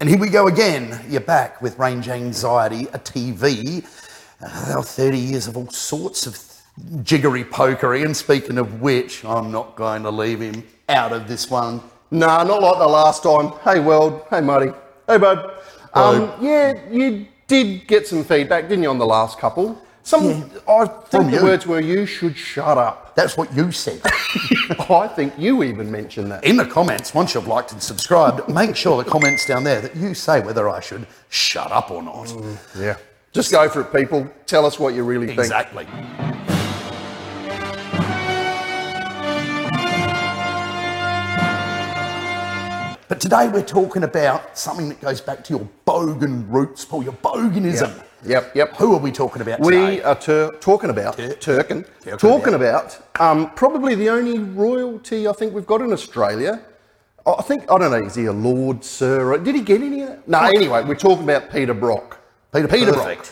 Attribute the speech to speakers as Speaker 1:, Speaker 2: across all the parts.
Speaker 1: And here we go again. You're back with Range Anxiety, a TV. Uh, 30 years of all sorts of th- jiggery pokery. And speaking of which, I'm not going to leave him out of this one.
Speaker 2: Nah, not like the last time. Hey, world. Hey, Marty. Hey, bud. Um, yeah, you did get some feedback, didn't you, on the last couple? Some, I
Speaker 1: From
Speaker 2: think the
Speaker 1: you.
Speaker 2: words were, "You should shut up."
Speaker 1: That's what you said.
Speaker 2: I think you even mentioned that.
Speaker 1: In the comments, once you've liked and subscribed, make sure the comments down there that you say whether I should shut up or not.
Speaker 2: Yeah. Just go for it, people. Tell us what you really think.
Speaker 1: Exactly. But today we're talking about something that goes back to your bogan roots, Paul, your boganism.
Speaker 2: Yep, yep, yep.
Speaker 1: Who are we talking about
Speaker 2: We
Speaker 1: today?
Speaker 2: are tur- talking about
Speaker 1: Tur-
Speaker 2: Turkin.
Speaker 1: Turkin,
Speaker 2: Talking about um, probably the only royalty I think we've got in Australia. I I think I don't know. Is he a lord, sir? Or, did he get any of that? No. Anyway, we're talking about Peter Brock.
Speaker 1: Perfect.
Speaker 2: Brock.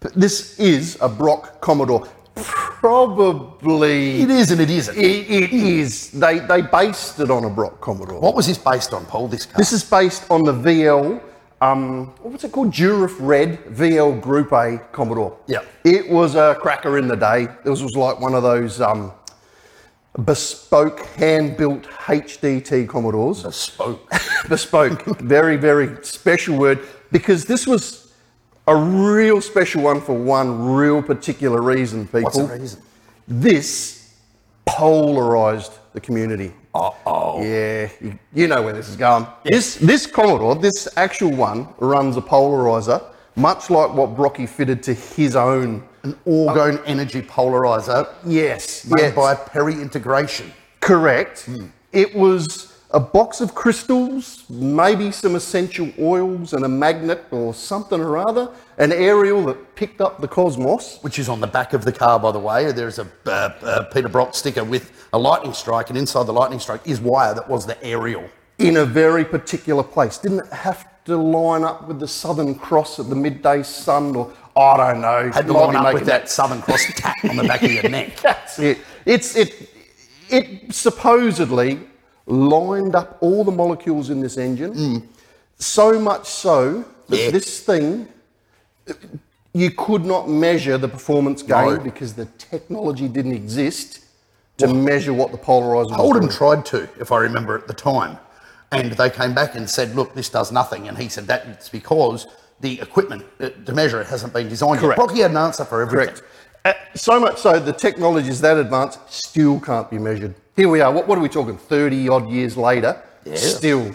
Speaker 2: P- This is a Brock Commodore. Probably
Speaker 1: It is and it isn't.
Speaker 2: it- it is. They they based it on a Brock Commodore.
Speaker 1: What was this based on, Paul, this car?
Speaker 2: This is based on the VL, um, what's it called? Durif Red VL Group A Commodore.
Speaker 1: Yeah.
Speaker 2: It was a cracker in the day. It was, was like one of those um, bespoke, hand built HDT Commodores.
Speaker 1: spoke.
Speaker 2: bespoke. very, very special word because this was a real special one for one real particular reason, people.
Speaker 1: What's the reason?
Speaker 2: This polarized the community.
Speaker 1: Uh-oh.
Speaker 2: Yeah, you, you know where this is going. This this Commodore, this actual one, runs a polarizer, much like what Brocky fitted to his own.
Speaker 1: An orgone energy polarizer
Speaker 2: Yes,
Speaker 1: made
Speaker 2: yes,
Speaker 1: by Hmm. Perry Integration.
Speaker 2: correct. It was a box of crystals, maybe some essential oils, and a magnet or something or other, an aerial that picked up the cosmos.
Speaker 1: which is on the back of the car, by the way. There's a uh, uh, Peter Brock sticker with a lightning strike, and inside the lightning strike is wire that was the aerial.
Speaker 2: in a very particular place. Didn't it have to line up with the Southern Cross at the midday sun, or I don't know?
Speaker 1: Had to
Speaker 2: might
Speaker 1: line
Speaker 2: be
Speaker 1: up
Speaker 2: making
Speaker 1: with that Southern Cross tat on the back of your neck.
Speaker 2: That's it. It's it. It supposedly lined up all the molecules in this engine, so much so that
Speaker 1: Mm. Yeah.
Speaker 2: this thing. You could not measure the performance gain
Speaker 1: No.
Speaker 2: because the technology didn't exist to measure what the polarizer was.
Speaker 1: Holden
Speaker 2: doing.
Speaker 1: tried to, if I remember at the time, and they came back and said, "Look, this does nothing," and he said that's because the equipment uh, to measure it hasn't been designed
Speaker 2: Correct.
Speaker 1: yet. Brocky had an answer for everything.
Speaker 2: Correct. Uh, so much so, the technology is that advanced, still can't be measured. Here we are. What, what are we talking? Thirty odd years later,
Speaker 1: Yeah.
Speaker 2: still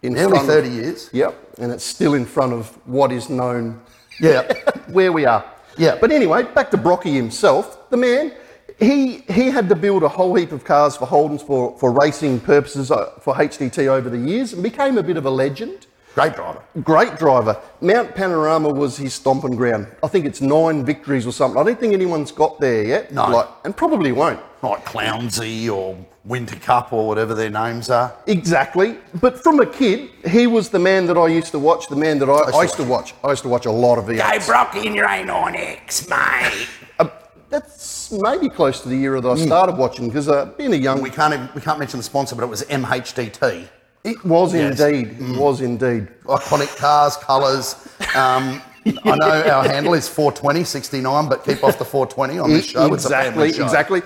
Speaker 2: in
Speaker 1: Nearly
Speaker 2: front of-
Speaker 1: 30 years.
Speaker 2: Yep, and it's still in front of what is known
Speaker 1: Yeah.
Speaker 2: where we are.
Speaker 1: Yeah.
Speaker 2: But anyway, back to Brocky himself, the man. He he had to build a whole heap of cars for Holden's for, for racing purposes uh, for HDT over the years and became a bit of a legend.
Speaker 1: Great driver.
Speaker 2: Great driver. Mount Panorama was his stomping ground. I think it's nine victories or something. I don't think anyone's got there yet.
Speaker 1: No.
Speaker 2: and probably won't.
Speaker 1: Like Clownsy or Winter Cup or whatever their names are.
Speaker 2: Exactly. But from a kid, he was the man that I used to watch, the man that I, I, used to watch. I used to watch a lot of the.
Speaker 1: Hey, Brocky, and you ain't on X, mate.
Speaker 2: Um, That's maybe close to the era that I started watching because uh, being a young
Speaker 1: We can't even, we can't mention the sponsor, but it was MHDT.
Speaker 2: It was
Speaker 1: Yes.
Speaker 2: indeed. It was indeed.
Speaker 1: Iconic cars, colours. Um, I know our handle is 420 69, but keep off the 420 on this show. It's a
Speaker 2: exactly,
Speaker 1: family show.
Speaker 2: exactly.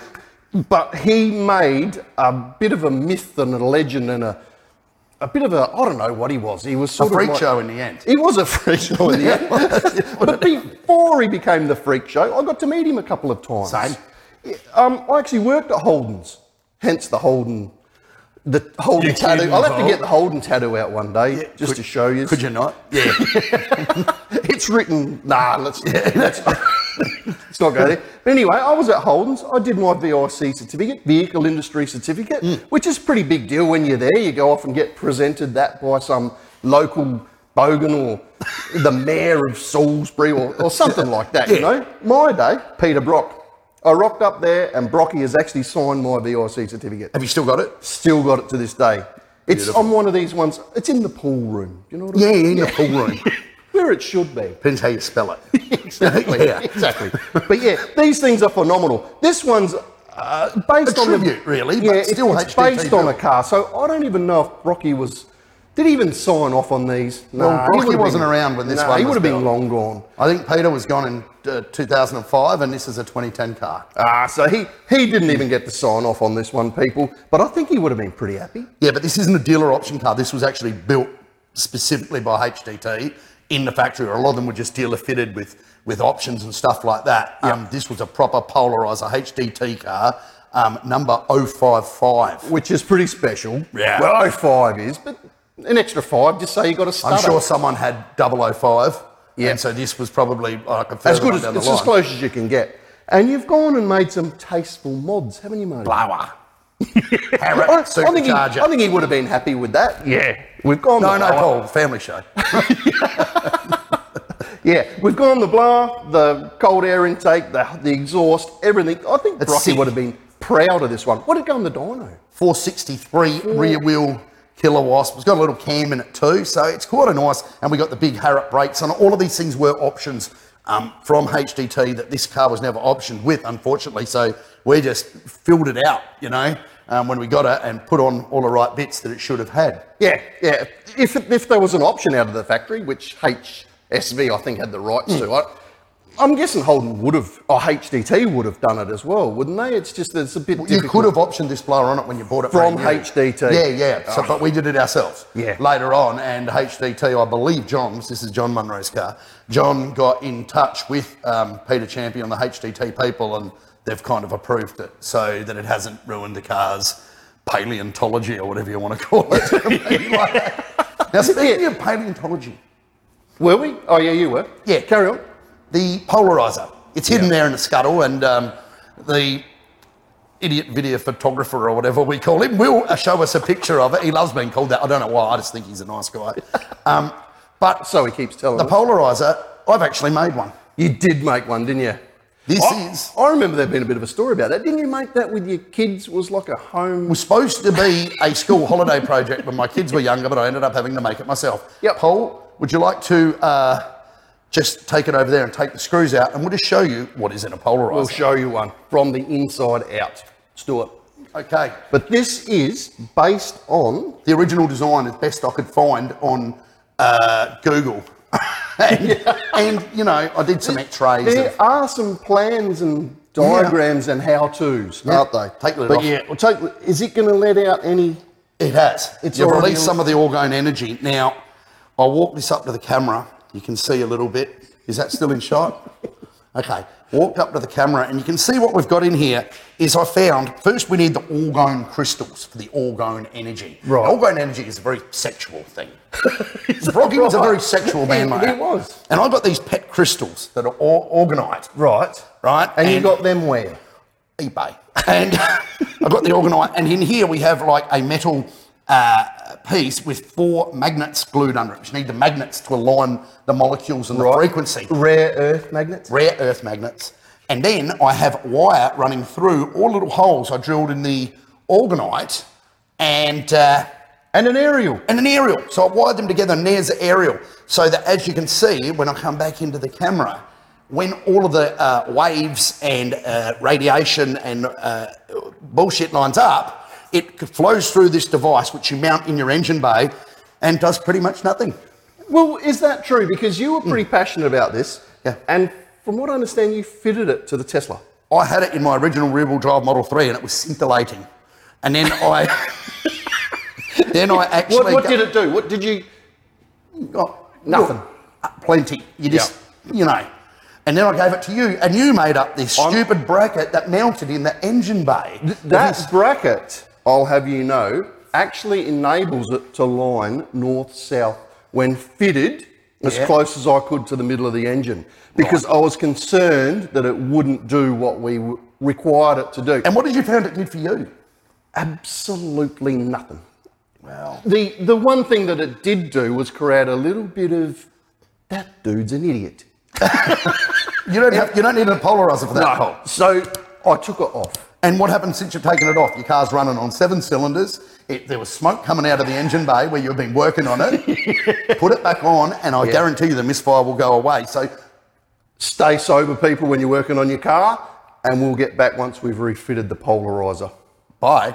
Speaker 2: But he made a bit of a myth and a legend and a a bit of a I don't know what he was. He was
Speaker 1: A
Speaker 2: sort of
Speaker 1: freak
Speaker 2: like-
Speaker 1: show in the end.
Speaker 2: He was a freak show in the end. but before he became the freak show, I got to meet him a couple of times.
Speaker 1: Same.
Speaker 2: Yeah, Um, I actually worked at Holden's, hence the Holden, the Holden
Speaker 1: You
Speaker 2: tattoo.
Speaker 1: kidding,
Speaker 2: I'll have to
Speaker 1: Paul?
Speaker 2: get the Holden tattoo out one day just
Speaker 1: Could-
Speaker 2: to show you.
Speaker 1: Could you not? Yeah.
Speaker 2: It's written. Nah, let's let's, let's not go there. But anyway, I was at Holden's. I did my VIC certificate, vehicle industry certificate, which is a pretty big deal when you're there. You go off and get presented that by some local bogan or the mayor of Salisbury or, or something like that. You
Speaker 1: Yeah.
Speaker 2: know, my day, Peter Brock. I rocked up there, and Brocky has actually signed my VIC certificate.
Speaker 1: Have you still got it?
Speaker 2: Still got it to this day. It's on one of these ones. It's in the pool room. You know what I mean?
Speaker 1: in the pool room.
Speaker 2: Where it should be.
Speaker 1: Depends how you spell it.
Speaker 2: Exactly.
Speaker 1: Yeah.
Speaker 2: Exactly. But yeah, these things are phenomenal. This one's uh, based
Speaker 1: A
Speaker 2: on
Speaker 1: tribute,
Speaker 2: the,
Speaker 1: really,
Speaker 2: Yeah,
Speaker 1: but
Speaker 2: it's-
Speaker 1: still
Speaker 2: it's
Speaker 1: HDT
Speaker 2: based on a
Speaker 1: built.
Speaker 2: car. So I don't even know if Brocky was Did he even sign off on these? No,
Speaker 1: Well, Brockie wasn't around when this
Speaker 2: no,
Speaker 1: one
Speaker 2: he
Speaker 1: was
Speaker 2: would have been
Speaker 1: built.
Speaker 2: long gone.
Speaker 1: I think Peter was gone in uh, 2005, and this is a 2010 car.
Speaker 2: Ah, so he, he didn't even get to sign off on this one, people. But I think he would have been pretty happy.
Speaker 1: Yeah, but this isn't a dealer option car. This was actually built specifically by HDT in the factory. A lot of them were just dealer fitted with, with options and stuff like that. Um, this was a proper polarizer HDT car, um, number 055.
Speaker 2: which is pretty special.
Speaker 1: Yeah.
Speaker 2: Well, 05 is, but an extra five just say you got a stutter.
Speaker 1: I'm sure someone had 005.
Speaker 2: Yeah.
Speaker 1: And so this was probably like a
Speaker 2: as
Speaker 1: further
Speaker 2: good
Speaker 1: one
Speaker 2: as
Speaker 1: down the
Speaker 2: it's as
Speaker 1: line.
Speaker 2: close as you can get. And you've gone and made some tasteful mods, haven't you, mate?
Speaker 1: Blower.
Speaker 2: I,
Speaker 1: Harrop
Speaker 2: I think he,
Speaker 1: supercharger.
Speaker 2: I think he would have been happy with that.
Speaker 1: yeah.
Speaker 2: We've gone
Speaker 1: No,
Speaker 2: the
Speaker 1: no,
Speaker 2: blower.
Speaker 1: Paul, family show.
Speaker 2: Yeah, we've gone the blower, the cold air intake, the, the exhaust, everything. I think
Speaker 1: It's
Speaker 2: Brocky
Speaker 1: sick.
Speaker 2: would have been proud of this one. What did go in the dyno?
Speaker 1: 463 rear wheel killer wasp. It's got a little cam in it too, so it's quite a nice. And we got the big Harrop brakes, and all of these things were options um, from HDT that this car was never optioned with, unfortunately. So we just filled it out, you know, um, when we got it and put on all the right bits that it should have had.
Speaker 2: Yeah, yeah. If, if there was an option out of the factory, which HSV I think had the rights
Speaker 1: Hmm.
Speaker 2: to, I, I'm guessing Holden would have, or HDT would have done it as well, wouldn't they? It's just that it's a bit
Speaker 1: You
Speaker 2: difficult.
Speaker 1: could have optioned this blower on it when you bought it
Speaker 2: From
Speaker 1: brand new.
Speaker 2: HDT.
Speaker 1: Yeah, yeah. So, but we did it ourselves.
Speaker 2: Oh. Yeah.
Speaker 1: Later on, and HDT, I believe John's. This is John Munro's car. John got in touch with um, Peter Champion, the HDT people, and they've kind of approved it so that it hasn't ruined the car's paleontology or whatever you want to call it. Maybe like that. Now speaking of paleontology,
Speaker 2: Were we? Oh, yeah, you were.
Speaker 1: Yeah.
Speaker 2: carry on.
Speaker 1: the polarizer. It's hidden there in the scuttle, and um, the idiot video photographer or whatever we call him will uh, show us a picture of it. He loves being called that. I don't know why. I just think he's a nice guy. Um, but
Speaker 2: So he keeps telling
Speaker 1: the
Speaker 2: us.
Speaker 1: polarizer, I've actually made one.
Speaker 2: you did make one, didn't you?
Speaker 1: This
Speaker 2: I,
Speaker 1: is
Speaker 2: I remember there being a bit of a story about that. Didn't you make that with your kids? Was like a home.
Speaker 1: was supposed to be a school holiday project when my kids were younger, but I ended up having to make it myself.
Speaker 2: Yep.
Speaker 1: Paul, would you like to uh, just take it over there and take the screws out, and we'll just show you what is in a polarizer?
Speaker 2: We'll show you one from the inside out. Let's do it.
Speaker 1: okay.
Speaker 2: But this is based on
Speaker 1: the original design is best I could find on uh, Google. and, and, you know, I did some X-rays. of-
Speaker 2: There are some plans and diagrams and how tos,
Speaker 1: Yeah.
Speaker 2: aren't they?
Speaker 1: Take the lid
Speaker 2: but
Speaker 1: off.
Speaker 2: yeah, well, take. the- Is it going to let out any?
Speaker 1: It has.
Speaker 2: It's
Speaker 1: You've
Speaker 2: already-
Speaker 1: released some of the orgone energy. Now, I'll walk this up to the camera. You can see a little bit. Is that still in shot? Okay. Walk up to the camera and you can see what we've got in here is I found first we need the orgone crystals for the orgone energy.
Speaker 2: Right.
Speaker 1: Orgone energy is a very sexual thing. Froggy was a very sexual man,
Speaker 2: He-
Speaker 1: mate.
Speaker 2: he was.
Speaker 1: And I got these pet crystals that are or- organite.
Speaker 2: Right.
Speaker 1: Right.
Speaker 2: And, you got them where?
Speaker 1: eBay. And I got the organite. And in here we have like a metal uh, piece with four magnets glued under it. which need the magnets to align the molecules and the frequency.
Speaker 2: Rare earth magnets.
Speaker 1: Rare earth magnets. And then I have wire running through all little holes I drilled in the organite and uh,
Speaker 2: And an aerial.
Speaker 1: and an aerial. So I wired them together, and there's the aerial. So that as you can see, when I come back into the camera, when all of the uh, waves and uh, radiation and uh, bullshit lines up, it flows through this device, which you mount in your engine bay, and does pretty much nothing.
Speaker 2: Well, is that true? Because you were pretty passionate about this.
Speaker 1: Yeah.
Speaker 2: And from what I understand, you fitted it to the Tesla.
Speaker 1: I had it in my original rear-wheel drive Model 3, and it was scintillating. And then I, then I actually
Speaker 2: What, what
Speaker 1: go-
Speaker 2: did it do? What did you?
Speaker 1: Oh,
Speaker 2: Nothing.
Speaker 1: look, uh, plenty. You just, you know. And then I gave it to you, and you made up this
Speaker 2: I'm-
Speaker 1: stupid bracket that mounted in the engine bay.
Speaker 2: That bracket, I'll have you know, actually enables it to line north south when fitted as
Speaker 1: Yeah.
Speaker 2: close as I could to the middle of the engine because I was concerned that it wouldn't do what we w- required it to do.
Speaker 1: and what did you find it did for you?
Speaker 2: Absolutely nothing.
Speaker 1: Well,
Speaker 2: The, the one thing that it did do was create a little bit of that dude's an idiot.
Speaker 1: you don't have, you don't need a polarizer for that.
Speaker 2: Oh.
Speaker 1: Paul.
Speaker 2: So I took it off.
Speaker 1: And what happened since you've taken it off? Your car's running on seven cylinders. It, there was smoke coming out of the engine bay where you've been working on it. Put it back on, and I guarantee you the misfire will go away. So
Speaker 2: Stay sober, people, when you're working on your car, and we'll get back once we've refitted the polarizer.
Speaker 1: bye.